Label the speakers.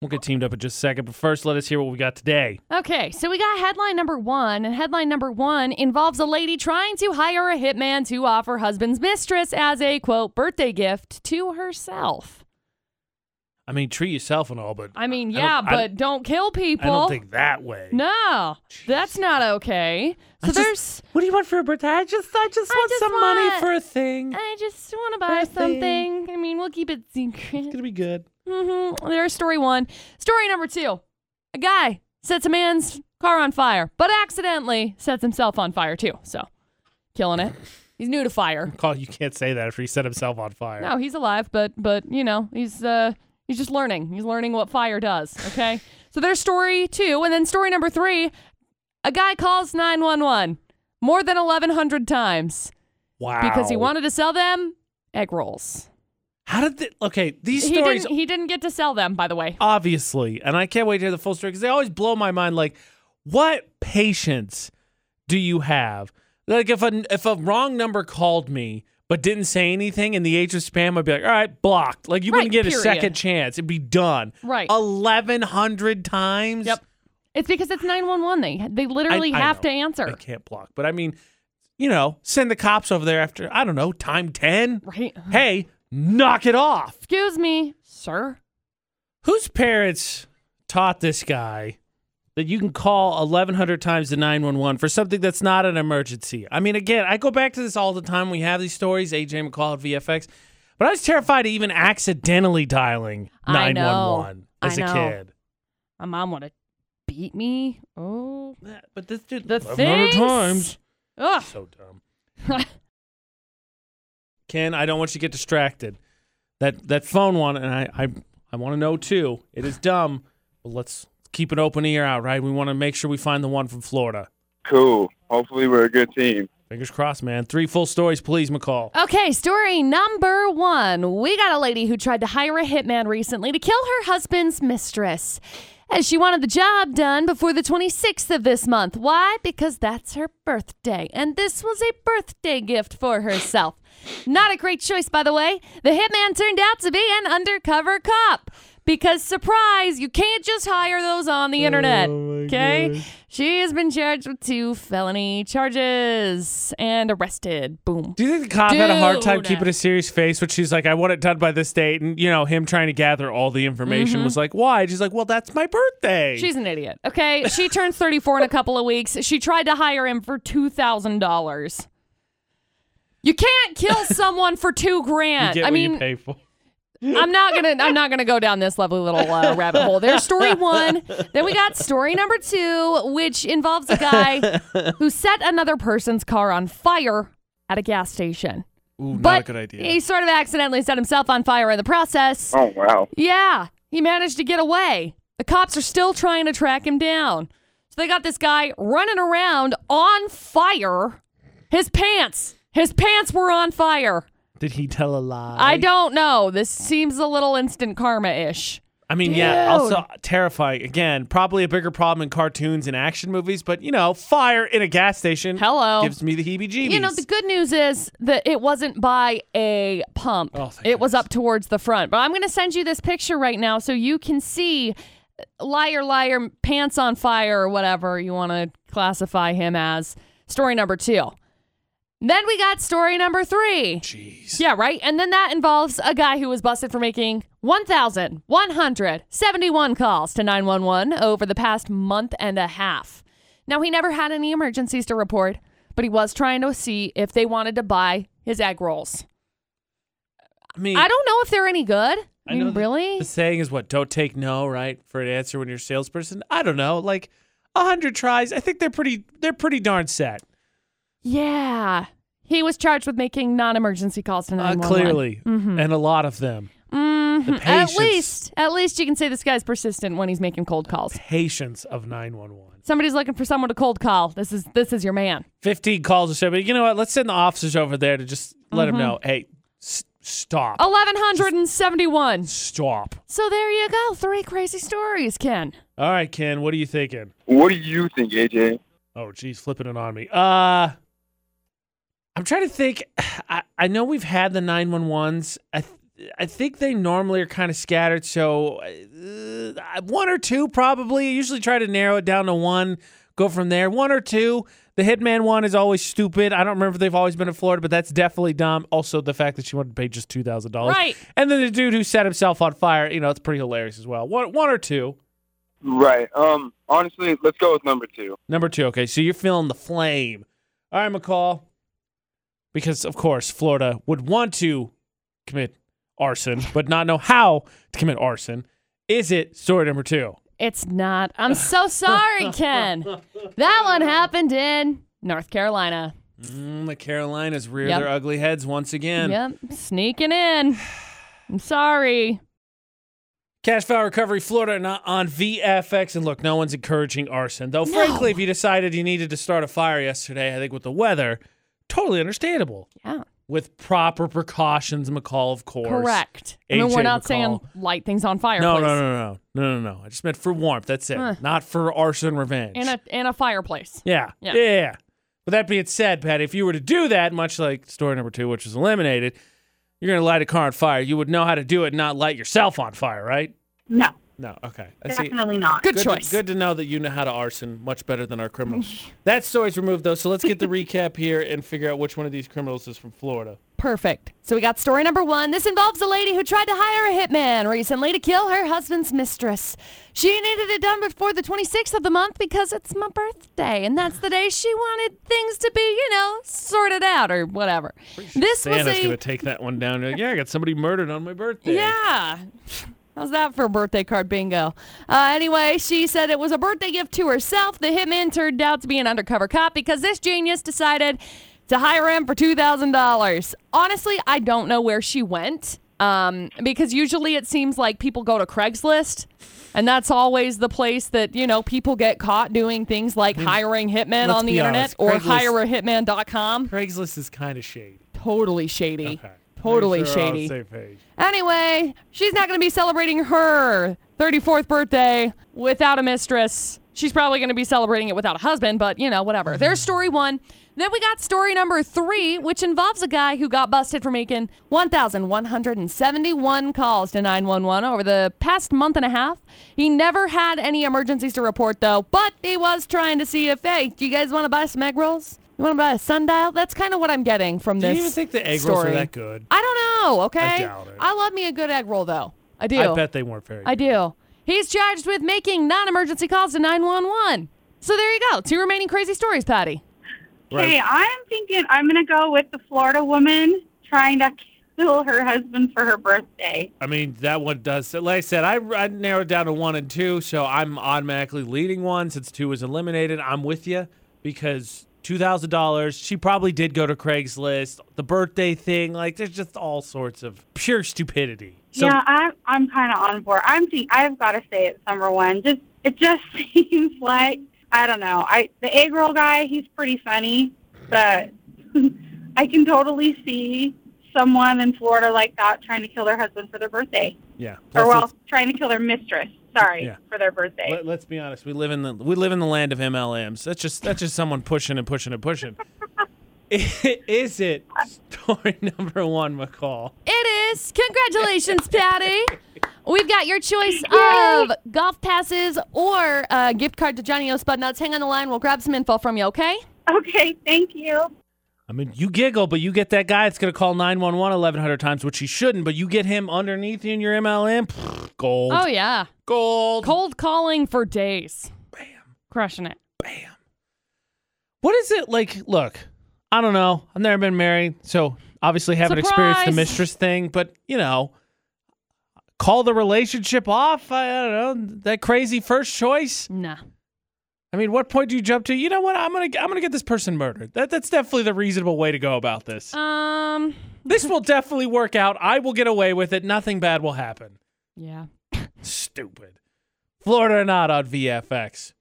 Speaker 1: We'll get teamed up in just a second, but first, let us hear what we got today.
Speaker 2: Okay, so we got headline number one, and headline number one involves a lady trying to hire a hitman to offer husband's mistress as a quote birthday gift to herself.
Speaker 1: I mean, treat yourself and all, but
Speaker 2: I mean,
Speaker 1: I
Speaker 2: yeah,
Speaker 1: don't- I
Speaker 2: but don't kill
Speaker 1: I
Speaker 2: people.
Speaker 1: don't think that way.
Speaker 2: no, that's not okay. So
Speaker 1: just-
Speaker 2: there's,
Speaker 1: What do you want for a birthday? I just, I just
Speaker 2: I
Speaker 1: want
Speaker 2: just
Speaker 1: some money
Speaker 2: want-
Speaker 1: for a thing.
Speaker 2: I just want to buy
Speaker 1: Birthday.
Speaker 2: something. I mean, we'll keep it
Speaker 1: It's
Speaker 2: secret.
Speaker 1: gonna be good.
Speaker 2: Mm-hmm. There's story one. Story number two. A guy sets a man's car on fire, but accidentally sets himself on fire too. So, killing it. He's new to fire.
Speaker 1: Call. You can't say that after he set himself on fire.
Speaker 2: No, he's alive, but but you know he's uh he's just learning. He's learning what fire does. Okay. so there's story two, and then story number three. A guy calls nine one one more than eleven hundred times
Speaker 1: Wow.
Speaker 2: because he wanted to sell them egg rolls.
Speaker 1: How did? The, okay, these
Speaker 2: He
Speaker 1: stories
Speaker 2: didn't. He didn't get to sell them, by the way.
Speaker 1: obviously, and I can't wait to hear the full story because they always blow my mind. Like, what patience do you have? Like, if a if a wrong number called me but didn't say anything in the age of spam, I'd be like, all right, blocked. Like, you wouldn't
Speaker 2: Right,
Speaker 1: get a
Speaker 2: period.
Speaker 1: second chance. It'd be done.
Speaker 2: Right.
Speaker 1: Eleven hundred times.
Speaker 2: Yep. It's because it's 911. They they literally
Speaker 1: I
Speaker 2: have
Speaker 1: know.
Speaker 2: to
Speaker 1: I
Speaker 2: answer.
Speaker 1: can't block, but I mean, you know, send the cops over there after I don't know time ten.
Speaker 2: Right.
Speaker 1: Hey, knock it off.
Speaker 2: Excuse me, sir.
Speaker 1: Whose parents taught this guy that you can call 1,100 times the 911 for something that's not an emergency? I mean, again, I go back to this all the time. We have these stories, AJ McCall at VFX, but I was terrified of even accidentally dialing
Speaker 2: I know.
Speaker 1: 911 as
Speaker 2: I
Speaker 1: a
Speaker 2: know.
Speaker 1: kid.
Speaker 2: My mom want to beat me. Oh,
Speaker 1: Yeah, But this dude,
Speaker 2: the
Speaker 1: 1,100
Speaker 2: things.
Speaker 1: times.
Speaker 2: Ugh.
Speaker 1: So dumb. Ken, I don't want you to get distracted. That that phone one, and I I, I want to know too. It is dumb, but let's keep an open ear out, right? We want to make sure we find the one from Florida.
Speaker 3: Cool. Hopefully, we're a good team.
Speaker 1: Fingers crossed, man. Three full stories, please, McCall.
Speaker 2: Okay, story number one. We got a lady who tried to hire a hitman recently to kill her husband's mistress. As she wanted the job done before the 26th of this month. Why? Because that's her birthday. And this was a birthday gift for herself. Not a great choice, by the way. The hitman turned out to be an undercover cop. Because, surprise, you can't just hire those on the internet. Okay? She has been charged with two felony charges and arrested. Boom.
Speaker 1: Do you think the cop had a hard time
Speaker 2: Dude.
Speaker 1: keeping a serious face when she's like, I want it done by this date? And, you know, him trying to gather all the information was like, why? She's like, well, that's my birthday.
Speaker 2: Mm-hmm. She's an idiot. Okay. She turns 34 in a couple of weeks. She tried to hire him for $2,000. You can't kill someone for two
Speaker 1: you
Speaker 2: grand.
Speaker 1: get
Speaker 2: I
Speaker 1: what
Speaker 2: mean,
Speaker 1: you pay for.
Speaker 2: I'm not gonna I'm not gonna go down this lovely little uh, rabbit hole. There's story one. Then we got story number two, which involves a guy who set another person's car on fire at a gas station.
Speaker 1: Ooh,
Speaker 2: But he sort of accidentally set himself on fire in the process.
Speaker 3: Oh, wow.
Speaker 2: Yeah, he managed to get away. The cops are still trying to track him down. So they got this guy running around on fire. His pants, his pants were on fire.
Speaker 1: Did he tell a lie?
Speaker 2: I don't know. This seems a little instant karma ish.
Speaker 1: I mean, yeah,
Speaker 2: Dude.
Speaker 1: also terrifying. Again, probably a bigger problem in cartoons and action movies, but you know, fire in a gas station
Speaker 2: Hello.
Speaker 1: gives me the heebie-jeebies.
Speaker 2: You know, the good news is that it wasn't by a pump.
Speaker 1: Oh, thank
Speaker 2: it was up towards the front. But I'm going to send you this picture right now so you can see liar, liar, pants on fire, or whatever you want to classify him as. Story number two. Then we got story number three.
Speaker 1: Jeez.
Speaker 2: Yeah, right. And then that involves a guy who was busted for making 1,171 calls to 911 over the past month and a half. Now, he never had any emergencies to report, but he was trying to see if they wanted to buy his egg rolls.
Speaker 1: I mean,
Speaker 2: I don't know if they're any good.
Speaker 1: I
Speaker 2: I mean,
Speaker 1: know that
Speaker 2: really?
Speaker 1: the saying is what, don't take no, right, for an answer when you're a salesperson. I don't know, like a hundred tries. I think they're pretty they're pretty darn set.
Speaker 2: yeah. He was charged with making non emergency calls to
Speaker 1: Uh,
Speaker 2: 911.
Speaker 1: clearly.
Speaker 2: Mm-hmm.
Speaker 1: And a lot of them.
Speaker 2: Mhm.
Speaker 1: patience.
Speaker 2: At least, at least you can say this guy's persistent when he's making cold calls.
Speaker 1: Patience of nine one one.
Speaker 2: Somebody's looking for someone to cold call. This is this is your man.
Speaker 1: 15 calls or so, but you know what? Let's send the officers over there to just let
Speaker 2: Mm-hmm.
Speaker 1: them know, hey, s- stop.
Speaker 2: Oh. 1171.
Speaker 1: Stop.
Speaker 2: So there you go. Three crazy stories, Ken.
Speaker 1: All right, Ken, what are you thinking?
Speaker 3: What do you think, AJ?
Speaker 1: Oh, geez, flipping it on me. Uh, I'm trying to think. I, I know we've had the 911s. I, th- I think they normally are kind of scattered. So uh, one or two probably. I usually try to narrow it down to one. Go from there. One or two. The hitman one is always stupid. I don't remember if they've always been in Florida, but that's definitely dumb. Also, the fact that she wanted to pay just two thousand dollars.
Speaker 2: Right.
Speaker 1: And then the dude who set himself on fire. You know, it's pretty hilarious as well. One, one or two.
Speaker 3: Right. Um. Honestly, let's go with number two.
Speaker 1: Number two. Okay, so you're feeling the flame. All right, McCall. Because of course Florida would want to commit arson, but not know how to commit arson. Is it story number two?
Speaker 2: It's not. I'm so sorry, Ken. That one happened in North Carolina.
Speaker 1: Mm, the Carolinas rear
Speaker 2: Yep.
Speaker 1: their ugly heads once again.
Speaker 2: Yep, sneaking in. I'm sorry.
Speaker 1: Cash Foul Recovery Florida not on VFX. And look, no one's encouraging arson. Though, frankly, if you decided you needed to start a fire yesterday, I think with the weather, totally understandable.
Speaker 2: Yeah,
Speaker 1: With proper precautions, McCall, of course.
Speaker 2: correct. I mean, we're
Speaker 1: H.A.
Speaker 2: not saying
Speaker 1: McCall.
Speaker 2: light things on fire.
Speaker 1: No,
Speaker 2: please.
Speaker 1: no, no, no, no, no, no. I just meant for warmth. That's it.
Speaker 2: Huh.
Speaker 1: Not for arson revenge.
Speaker 2: In a in a fireplace.
Speaker 1: yeah.
Speaker 2: Yeah.
Speaker 1: yeah, yeah. With that being said, Patty, if you were to do that, much like story number two, which was eliminated, you're going to light a car on fire. You would know how to do it, and not light yourself on fire, right?
Speaker 4: No,
Speaker 1: No. Okay. I see.
Speaker 4: definitely not.
Speaker 2: Good,
Speaker 1: Good
Speaker 2: choice.
Speaker 1: To, good to know that you know how to arson much better than our criminals. that story's removed though, so let's get the recap here and figure out which one of these criminals is from Florida.
Speaker 2: Perfect. So we got story number one. This involves a lady who tried to hire a hitman recently to kill her husband's mistress. She needed it done before the 26th of the month because it's my birthday, and that's the day she wanted things to be, you know, sorted out or whatever. This was
Speaker 1: Santa's
Speaker 2: a
Speaker 1: gonna take that one down. You're like, yeah, I got somebody murdered on my birthday.
Speaker 2: Yeah. How's that for birthday card bingo? Uh, anyway, she said it was a birthday gift to herself. The hitman turned out to be an undercover cop because this genius decided to hire him for $2,000. Honestly, I don't know where she went um, because usually it seems like people go to Craigslist. And that's always the place that, you know, people get caught doing things like hiring hitmen
Speaker 1: Hmm. let's
Speaker 2: on the
Speaker 1: be
Speaker 2: internet
Speaker 1: honest,
Speaker 2: or
Speaker 1: Craigslist-
Speaker 2: hireahitman.com.
Speaker 1: Craigslist is kind of shady.
Speaker 2: Totally shady.
Speaker 1: Okay.
Speaker 2: Totally
Speaker 1: Make sure we're all on
Speaker 2: shady.
Speaker 1: the same page.
Speaker 2: Anyway, she's not going to be celebrating her 34th birthday without a mistress. She's probably going to be celebrating it without a husband, but you know, whatever.
Speaker 1: Mm-hmm.
Speaker 2: There's story one. Then we got story number three, which involves a guy who got busted for making 1,171 calls to 911 over the past month and a half. He never had any emergencies to report, though, but he was trying to see if, hey, do you guys want to buy some egg rolls? You want to buy a sundial? That's kind of what I'm getting from
Speaker 1: Do
Speaker 2: this.
Speaker 1: you even think the egg rolls
Speaker 2: story.
Speaker 1: are that good?
Speaker 2: I don't know. Okay.
Speaker 1: I doubt it.
Speaker 2: I love me a good egg roll though. I do.
Speaker 1: I bet they weren't very.
Speaker 2: I
Speaker 1: good.
Speaker 2: do. He's charged with making non-emergency calls to 911. So there you go. Two remaining crazy stories, Patty.
Speaker 1: Right.
Speaker 4: Okay, I'm thinking I'm going to go with the Florida woman trying to kill her husband for her birthday.
Speaker 1: I mean, that one does. Like I said, I, I narrowed down to one and two, so I'm automatically leading one since two was eliminated. I'm with you because two thousand dollars. She probably did go to Craigslist, the birthday thing. Like, there's just all sorts of pure stupidity. So,
Speaker 4: yeah, I, I'm kind of on board. I'm think I've got to say it's number one. Just it just seems like I don't know. I the egg roll guy, he's pretty funny, but I can totally see someone in Florida like that trying to kill their husband for their birthday,
Speaker 1: yeah.
Speaker 4: or
Speaker 1: Plus,
Speaker 4: well, trying to kill their mistress. Sorry
Speaker 1: Yeah.
Speaker 4: for their birthday.
Speaker 1: Let, let's be honest. We live in the we live in the land of MLMs. That's just that's just someone pushing and pushing and pushing. Is it story number one, McCall?
Speaker 2: It is. Congratulations, Patty. We've got your choice of golf passes or a gift card to Johnny O's Spud Nuts. Hang on the line. We'll grab some info from you, okay?
Speaker 4: Okay, thank you.
Speaker 1: I mean, you giggle, but you get that guy that's going to call 911 1,100 times, which he shouldn't, but you get him underneath you in your MLM. pfft, Gold.
Speaker 2: Oh, yeah.
Speaker 1: Gold.
Speaker 2: Cold calling for days. Bam. Crushing it.
Speaker 1: Bam. What is it like? Look, I don't know. I've never been married, so obviously haven't experienced the
Speaker 2: Surprise.
Speaker 1: mistress thing, but you know, call the relationship off. I, I don't know. That crazy first choice.
Speaker 2: Nah.
Speaker 1: I mean, what point do you jump to? You know what? I'm going to I'm going to get this person murdered. That that's definitely the reasonable way to go about this.
Speaker 2: Um.
Speaker 1: This will definitely work out. I will get away with it. Nothing bad will happen.
Speaker 2: Yeah.
Speaker 1: Stupid. Florida or not on VFX.